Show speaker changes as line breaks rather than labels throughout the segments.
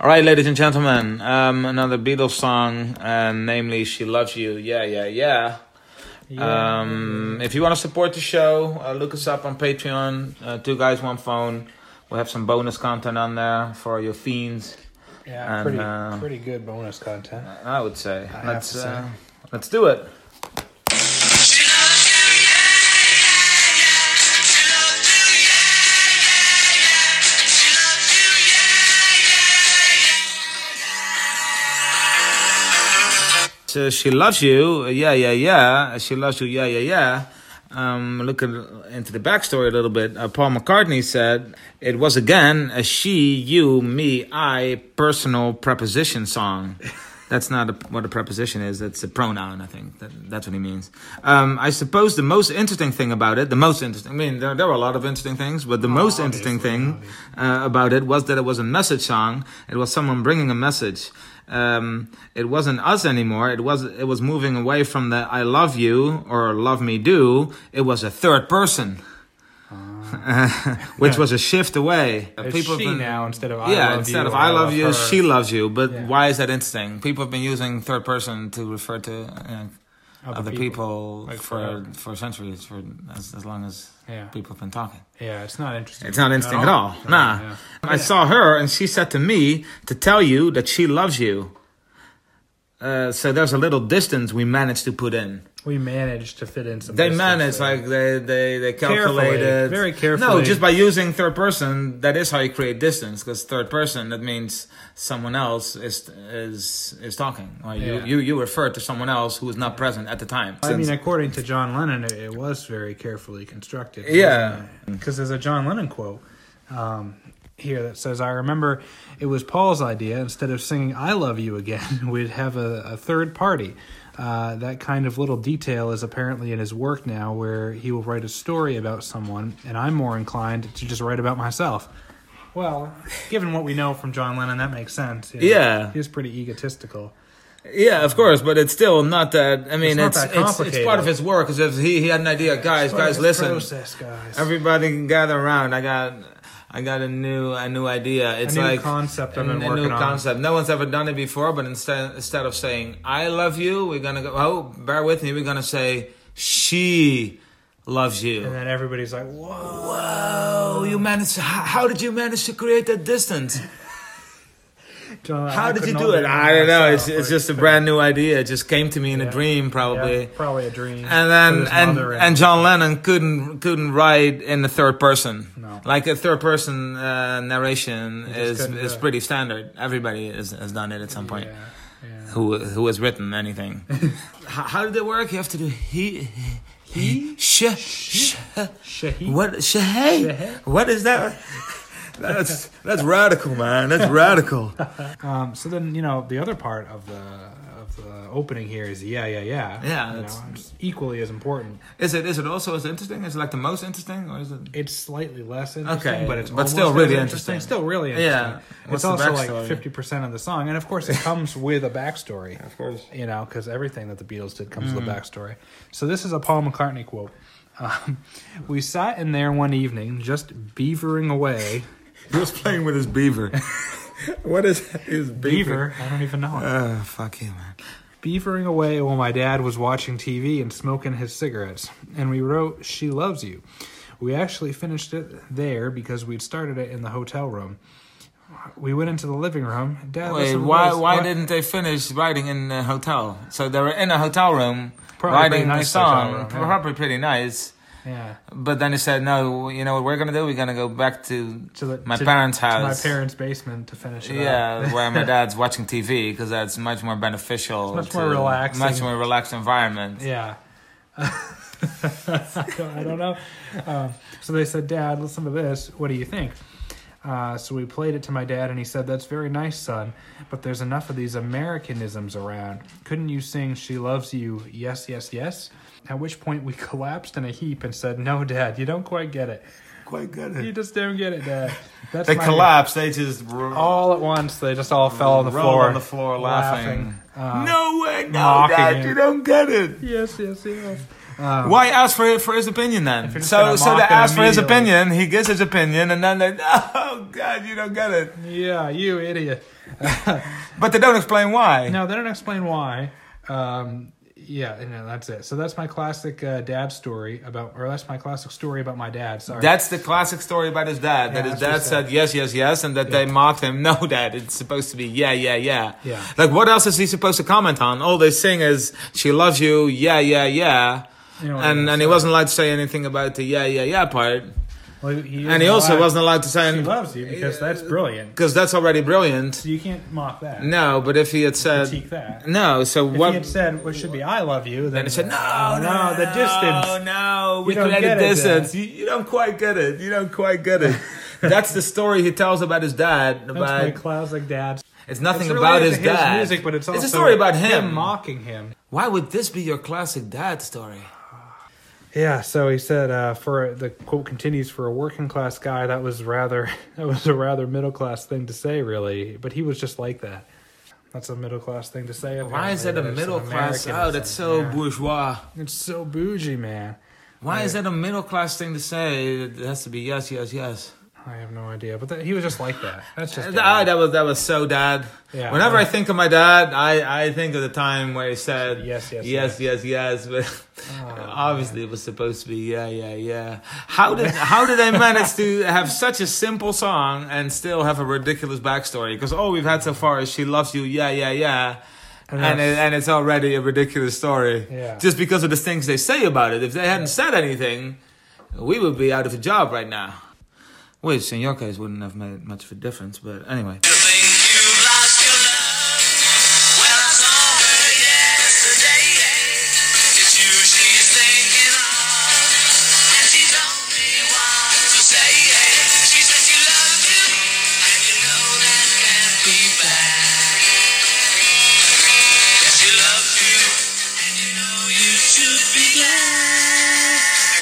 All right, ladies and gentlemen, um, another Beatles song, uh, namely "She Loves You." Yeah, yeah, yeah.
Yeah.
Um, if you want to support the show, uh, look us up on Patreon. Uh, Two guys, one phone. We'll have some bonus content on there for your fiends.
yeah,
and,
pretty
uh,
pretty good bonus content.
I would say.
have
let's
to say.
Uh, let's do it. So she loves you, uh, yeah, yeah, yeah. She loves you, yeah, yeah, yeah. Um, looking into the backstory a little bit, uh, Paul McCartney said it was again a she, you, me, I personal preposition song. That's not a, what a preposition is. That's a pronoun, I think. That, that's what he means. Um, I suppose the most interesting thing about it, the most interesting, I mean, there, there were a lot of interesting things, but the most interesting thing uh, about it was that it was a message song. It was someone bringing a message. Um, it wasn't us anymore. It was it was moving away from the "I love you" or "love me do." It was a third person, which was a shift away.
It's
People have
she
been-
now instead of I
yeah,
love
instead
you
of
or
"I love you,"
her.
she loves you. But
Yeah.
why is that interesting? People have been using third person to refer to uh, other, people,
Like
for
forever.
for centuries, for as, as long as
Yeah,
people have been talking.
yeah, it's not interesting.
It's not interesting at all. Nah.
Yeah.
I saw her and she said to me to tell you that she loves you. Uh, so there's a little distance we managed to put in.
We managed to fit in some.
They
distance
managed,
there.
like they they they
Carefully,
calculated
very
No,
carefully.
just by using third person, that is how you create distance. Because third person, that means someone else is is is talking, or you
Yeah.
you you refer to someone else who is not present at the time.
I mean, according to John Lennon, it, it was very carefully constructed.
Yeah.
Because there's a John Lennon quote um, here that says, I remember it was Paul's idea. Instead of singing I Love You again, we'd have a, a third party. Uh, that kind of little detail is apparently in his work now where he will write a story about someone, and I'm more inclined to just write about myself. Well, given what we know from John Lennon, that makes sense. you know.
Yeah.
He was pretty egotistical.
Yeah, of course, but it's still not that. I mean,
not
it's
that
it's, it's, part of
complicated.
his work. Is if he, he had an idea, guys, guys, listen,
Process, guys.
everybody can gather around. I got I got a new a new idea. It's
new
like
concept I've
a-
been
a new
working on.
concept. No one's ever done it before. But instead instead of saying I love you, we're gonna go. Oh, bear with me. We're gonna say she loves you.
And then everybody's like, whoa.
Whoa! You managed. How, how did you manage to create that distance?
John,
How did you
couldn't
do
hold
it? I don't know. It's
myself,
it's
like,
just a brand new idea. It just came to me in a
Yeah.
dream, probably.
yeah, probably a dream.
and
for
then
his
and
mother
and John Lennon couldn't couldn't write in the third person.
No.
Like a third person uh, narration
just
is
couldn't do
is
it.
pretty standard. Everybody has, has done it at some point.
Yeah, yeah.
Who who has written anything? H- how did it work? You have to do he he sh, sh
Shaheed.
what sh hey what is that? That's that's radical, man. That's radical.
Um, so then you know the other part of the of the opening here is yeah yeah
Yeah,
yeah You
that's-
know, it's equally as important.
Is it is it also as interesting? Is it like the most interesting, or is it?
It's slightly less interesting,
Okay,
but it's
but still
almost as
really interesting.
Still really
Yeah.
interesting.
What's
it's
the
also
backstory?
like fifty percent of the song, and of course it comes with a backstory.
Of course.
you know, because everything that the Beatles did comes
Mm.
with a backstory. So this is a Paul McCartney quote. Um, we sat in there one evening, just beavering away.
He was playing with his beaver. what is his
Beaver? I don't even know. it.
Oh, fuck you, man.
beavering away while my dad was watching TV and smoking his cigarettes. And we wrote She Loves You. We actually finished it there because we'd started it in the hotel room. We went into the living room. Dad
Wait,
listened to
why
this-
why didn't they finish writing in the hotel? So they were in a hotel room
Probably
writing
pretty
the
nice
song,
hotel room, yeah.
probably pretty nice.
Yeah.
But then they said, no, you know what we're gonna do? We're gonna go back to,
To the,
my
to-
parents'
to
house.
my parents' basement to finish it. up.
yeah, where my dad's watching TV because that's much more beneficial.
It's much more relaxing.
Much more relaxed environment.
Yeah. I don't- I don't know. Um, so they said, Dad, listen to this. What do you think? Uh, so we played it to my dad, and he said, That's very nice, son, but there's enough of these Americanisms around. Couldn't you sing She Loves You, Yes, Yes, Yes? At which point we collapsed in a heap and said, No, Dad, you don't quite get it.
Quite good.
You just don't get it, Dad. That's
They
my-
collapsed. They just r-
All at once, they just all fell on the
rolled
floor.
on the floor laughing.
laughing. Uh,
no way, no,
mocking
Dad,
him.
you don't get it.
Yes, yes, yes.
Why ask for for his opinion then?
Um, you're just
So
gonna
so
mock
they
him
ask for his
immediately.
opinion. He gives his opinion, and then they oh god, you don't get it.
Yeah, you idiot.
But they don't explain why.
No, they don't explain why. Um, yeah, and then that's it. So that's my classic uh, dad story about, or that's my classic story about my dad. Sorry.
That's the classic story about his dad. that
Yeah,
his
that's what
dad
he
said yes, yes, yes, and that they mocked him. No, dad, it's supposed to be yeah, yeah, yeah.
Yeah.
Like what else is he supposed to comment on? All they sing is she loves you, yeah, yeah, yeah.
You know what
and
it is,
and he wasn't allowed to say anything about the yeah, yeah, yeah part.
Well, he
And he also wasn't allowed to say
He
anything
loves you because that's brilliant.
because that's already brilliant.
So you can't mock that.
No, but if he had
critique
said
that.
no, so
If
what?
he had said what should be "I love you," then
and he said no,
Oh,
no,
the
No,
distance.
no, we
You don't
created
get it, uh,
distance. You, you don't quite get it. You don't quite get it. That's the story he tells about his dad.
That's my
About
classic dad.
It's nothing
It's
about
related
his
to
dad.
music, but it's also
a story about him.
mocking him.
Why would this be your classic dad story?
Yeah. So he said, uh, "For the quote continues for a working class guy, that was rather that was a rather middle class thing to say, really. But he was just like that. That's a middle class thing to say.
Why is that
apparently,
a
but it's an
middle class? Oh,
Americanism.
that's so
Yeah.
bourgeois.
It's so bougie, man.
Why is that a middle class thing to say? It has to be yes, yes, yes.
I have no idea, but that, he was just like that. That's just.
Ah, that was that was so dad.
Yeah.
Whenever I think of my dad, I, I think of the time where he said
Yes, yes, Oh,
yes, yes, yes. But obviously, it was supposed to be yeah, yeah, yeah. How did how did they manage to have such a simple song and still have a ridiculous backstory? Because all we've had so far is she loves you, yeah, yeah, yeah.
And
And
that's-
it, and it's already a ridiculous story,
Yeah.
just because of the things they say about it. If they hadn't said anything, we would be out of a job right now. Which, in your case, wouldn't have made much of a difference, but anyway.
You think you've lost your love? Well, I saw her yesterday. It's you she's thinking of, and she told me what to say. She says she loves you, and you know that can't be bad. Yes, she loves you, and you know you should be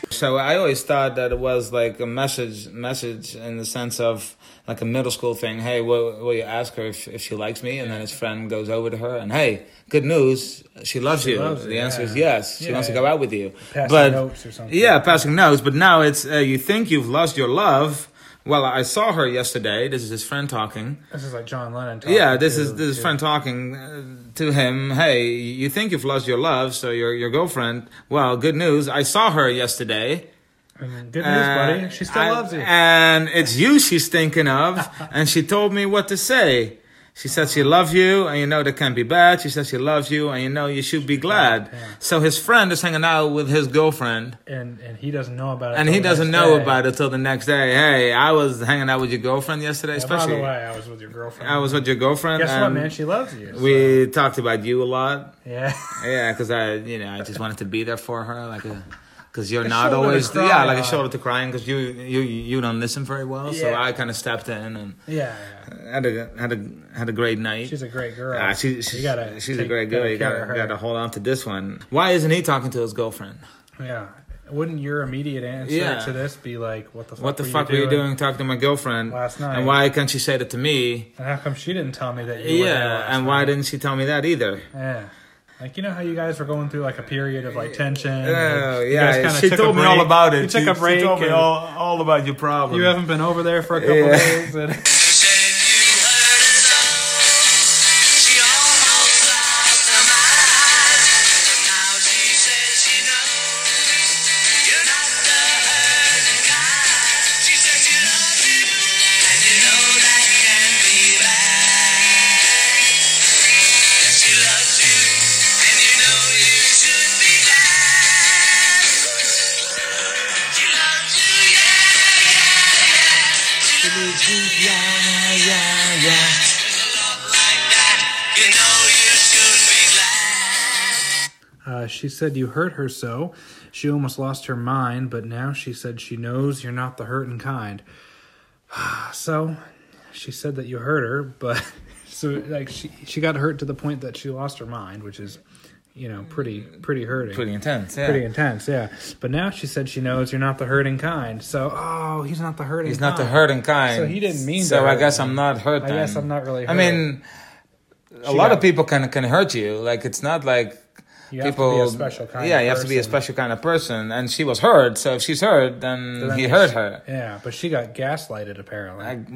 glad.
So I always thought that it was like a message, message in the sense of like a middle school thing. Hey, will, will you ask her if, if she likes me? And then his friend goes over to her and hey, good news, she loves you.
loves you,
the answer is
yeah.
yes. She
Yeah,
wants to
yeah.
go out with you.
Passing notes or something.
Yeah, passing notes. But now it's uh, you think you've lost your love. Well, I saw her yesterday. This is his friend talking.
This is like John Lennon. Talking
Yeah, this
to-
is this is
to-
friend talking uh, to him. Hey, you think you've lost your love, so your your girlfriend. Well, good news. I saw her yesterday.
Good news,
Uh,
buddy. She still
I-
loves you.
And it's you she's thinking of, and she told me what to say. She said she loves you, and you know that can't be bad. She said she loves you, and you know you should be glad.
glad, yeah.
So his friend is hanging out with his girlfriend,
and and he doesn't know about it.
and he
till the
doesn't
next
know
day.
about it till the next day. Hey, I was hanging out with your girlfriend yesterday,
Yeah, by
especially.
the way, I was with your girlfriend.
I was with your girlfriend.
Guess what,
and
man? She loves you. so-
We talked about you a lot.
yeah.
Yeah, because I, you know, I just wanted to be there for her, like a, because you're
A
not
shoulder to
always,
cry
yeah, like a
on.
shoulder to crying, because you, you, you don't listen very well. So
Yeah.
I kind of stepped in and
yeah, yeah.
had a had a had a great night.
She's a great girl.
Ah, she, she's
you gotta
she's a
take-
great girl. You
care
gotta
of her.
gotta hold on to this one. Why isn't he talking to his girlfriend?
Yeah. Wouldn't your immediate answer
Yeah.
to this be like, "What the fuck
What the
were
fuck
you
were you doing talking to my girlfriend
last night?
And why can't she say that to me?
And how come she didn't tell me that you were there
Yeah,
last
and
night?
why didn't she tell me that either?
Yeah. Like you know how you guys were going through like a period of like tension.
Oh
and you
yeah,
guys kinda
she
took a
told me
break.
all about it.
You took
she,
a break.
She told me
and
all, all about your problem.
You haven't been over there for a couple
Yeah.
days. And
You said you heard her song. She almost lost her mind. Now she says she knows you're not the hurting kind. She says she loves you, and you know that can't be bad. Yes, she loves you, and you know you should be glad. She loves you, yeah, yeah, yeah. You know you should be glad.
Uh, she said you hurt her so. She almost lost her mind, but now she said she knows you're not the hurting kind. so she said that you hurt her, but so like she she got hurt to the point that she lost her mind, which is you know pretty pretty hurting.
Pretty intense. Yeah.
Pretty intense, yeah. But now she said she knows you're not the hurting kind. So, oh, he's not the hurting.
He's not the
kind.
hurting kind.
So he didn't mean
So
to
I
hurt
guess
him.
I'm not hurt.
I guess
then.
I'm not really
I mean, a
She
lot
got
of people can can hurt you. Like it's not like
You have to be
people
a special kind
yeah
of
you have to be a
person.
special kind of person and she was hurt so if she's hurt then
But that
he
makes-
hurt her
Yeah, but she got gaslighted apparently.
Like, by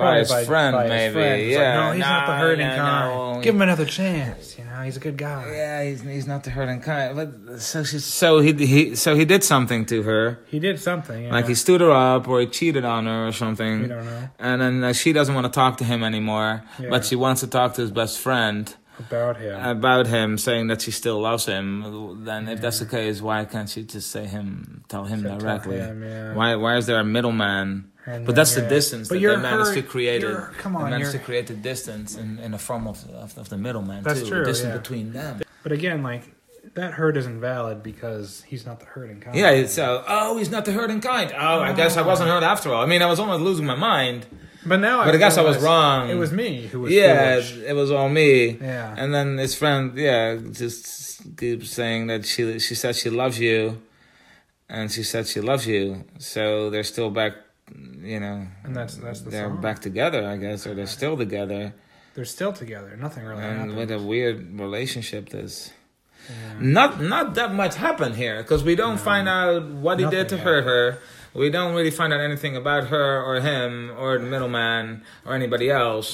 Probably
his friend
by his
maybe
friend. It's like,
yeah
no, he's not the
Nah,
hurting
no,
kind.
no.
Give him another chance. You know, he's a good guy.
yeah he's, he's not the hurting kind but so she so he, he so he did something to her
He did something. You
like he
know.
stood her up or he cheated on her or something
We don't know.
and then uh, she doesn't want to talk to him anymore
Yeah.
but she wants to talk to his best friend
about him.
about him saying that she still loves him, then if that's the case, why can't she just say him, tell him
Say, talk to
directly?
him, yeah.
Why why is there a middleman?
And
but
then,
that's the
yeah.
distance
But
that
you're
they managed to
hurt-
create. It.
you're- come on,
they managed to
you're-
create the distance in, in the form of, of, of the middleman
That's
too,
true,
the distance
yeah.
between them.
but again, like that hurt is invalid because he's not the hurting kind.
Yeah, it's uh, oh, he's not the hurting kind. Oh, I guess I wasn't hurt after all. I mean, I was almost losing my mind.
but now.
But I guess I was
realize
wrong.
It was me who was.
yeah,
foolish.
it was all me.
Yeah.
And then his friend, yeah, just keeps saying that she she said she loves you, and she said she loves you. So they're still back, you know.
And that's- that's the
they're
song.
back together, I guess, or they're still together,
They're still together. Nothing really
and
happened.
what a weird relationship this. Not not that much happened here because we don't find out what he did to
Nothing
hurt her. We don't really find out anything about her or him or the middleman or anybody else.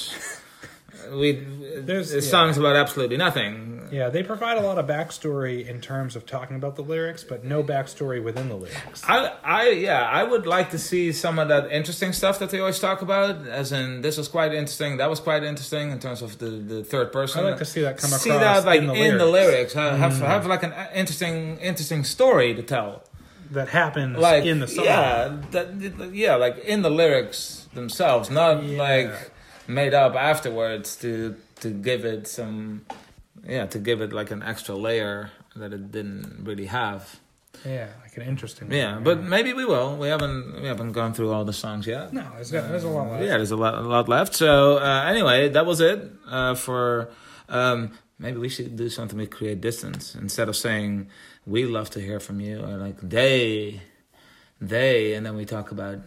We
There's-
there's it's
yeah.
songs about absolutely nothing.
yeah, they provide a lot of backstory in terms of talking about the lyrics, but no backstory within the lyrics.
I, I, yeah, I would like to see some of that interesting stuff that they always talk about. As in, this was quite interesting. That was quite interesting in terms of the, the third person.
I'd like to see that come
see
across
that like
in
in
the
the lyrics.
lyrics. Hmm.
Have, have have like an uh, interesting interesting story to tell.
That happens
Like
in the song.
yeah, that, yeah, like in the lyrics themselves, not
Yeah.
like made up afterwards to to give it some, yeah, to give it like an extra layer that it didn't really have.
Yeah, like an interesting.
Yeah,
one,
but maybe we will. We haven't we haven't gone through all the songs yet.
no, there's, got, there's a lot. Left.
Yeah, there's a lot a lot left. So uh, anyway, that was it uh, for. Um, maybe we should do something to create distance instead of saying we love to hear from you or like they, they, and then we talk about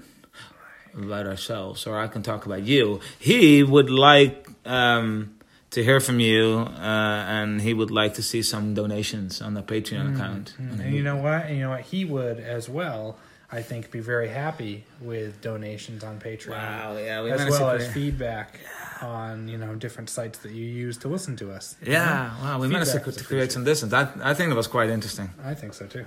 about ourselves or I can talk about you. He would like. Um, to hear from you, uh, and he would like to see some donations on the
Mm,
Patreon account. And
And you know what? And you know what? He would as well. I think be very happy with donations on Patreon.
Wow, yeah, we
as
managed to
well as
create-
feedback on you know different sites that you use to listen to us.
Yeah, wow, we managed to,
Feedback was
to create some distance. I, I think that was quite interesting.
I think so too.